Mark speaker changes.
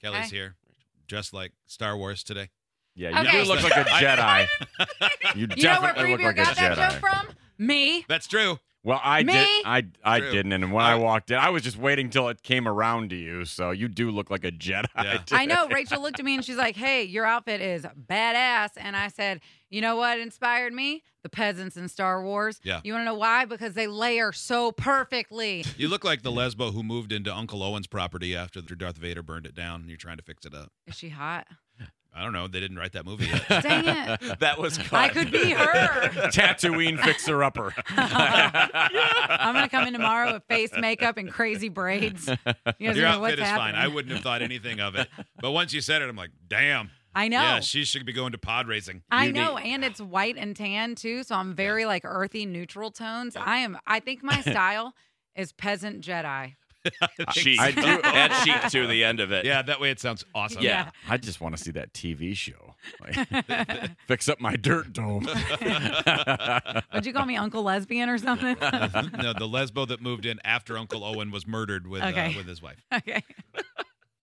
Speaker 1: Kelly's
Speaker 2: Hi.
Speaker 1: here, dressed like Star Wars today.
Speaker 3: Yeah, you
Speaker 2: Okay.
Speaker 3: do look like a Jedi. You
Speaker 2: You know where
Speaker 3: definitely look
Speaker 2: Breebeer
Speaker 3: like a
Speaker 2: got that joke
Speaker 3: Jedi.
Speaker 2: from? Me.
Speaker 1: That's true.
Speaker 3: Well, I
Speaker 2: Me?
Speaker 3: did. I I
Speaker 1: True.
Speaker 3: didn't, and when I
Speaker 1: I-
Speaker 3: walked in, I was just waiting till it came around to you. So you do look like a Jedi.
Speaker 1: Yeah.
Speaker 3: today.
Speaker 2: I know. Rachel looked at me and she's like, hey, your outfit is badass. And I said, you know what inspired me? The peasants in Star Wars.
Speaker 1: Yeah.
Speaker 2: You want to know why? Because they layer so perfectly.
Speaker 1: You look like the lesbo who moved into Uncle Owen's property after Darth Vader burned it down, and you're trying to fix it up.
Speaker 2: Is she hot?
Speaker 1: I don't know. They didn't write that movie yet.
Speaker 2: Dang it.
Speaker 3: that was
Speaker 2: I could be her.
Speaker 3: Tatooine fixer upper.
Speaker 2: I'm going to come in tomorrow with face makeup and crazy braids. You guys
Speaker 1: Your
Speaker 2: don't know
Speaker 1: outfit
Speaker 2: what's
Speaker 1: is fine.
Speaker 2: happening.
Speaker 1: I wouldn't have thought anything of it. But once you said it, I'm like, damn.
Speaker 2: I know.
Speaker 1: Yeah, she should be going to pod racing.
Speaker 2: I
Speaker 3: You
Speaker 2: know,
Speaker 3: need-
Speaker 2: and it's white and tan too, so I'm very like earthy neutral tones. I am I think my style is peasant Jedi.
Speaker 4: Chic.
Speaker 3: I do-
Speaker 4: Add chic to the end of it.
Speaker 1: Yeah, that way it sounds awesome.
Speaker 4: Yeah.
Speaker 3: I just want to see that TV show. Like, fix up my dirt dome.
Speaker 2: Would you call me Uncle Lesbian or something?
Speaker 1: no, the lesbo that moved in after Uncle Owen was murdered with uh,
Speaker 2: Okay.
Speaker 1: with his wife.
Speaker 2: okay.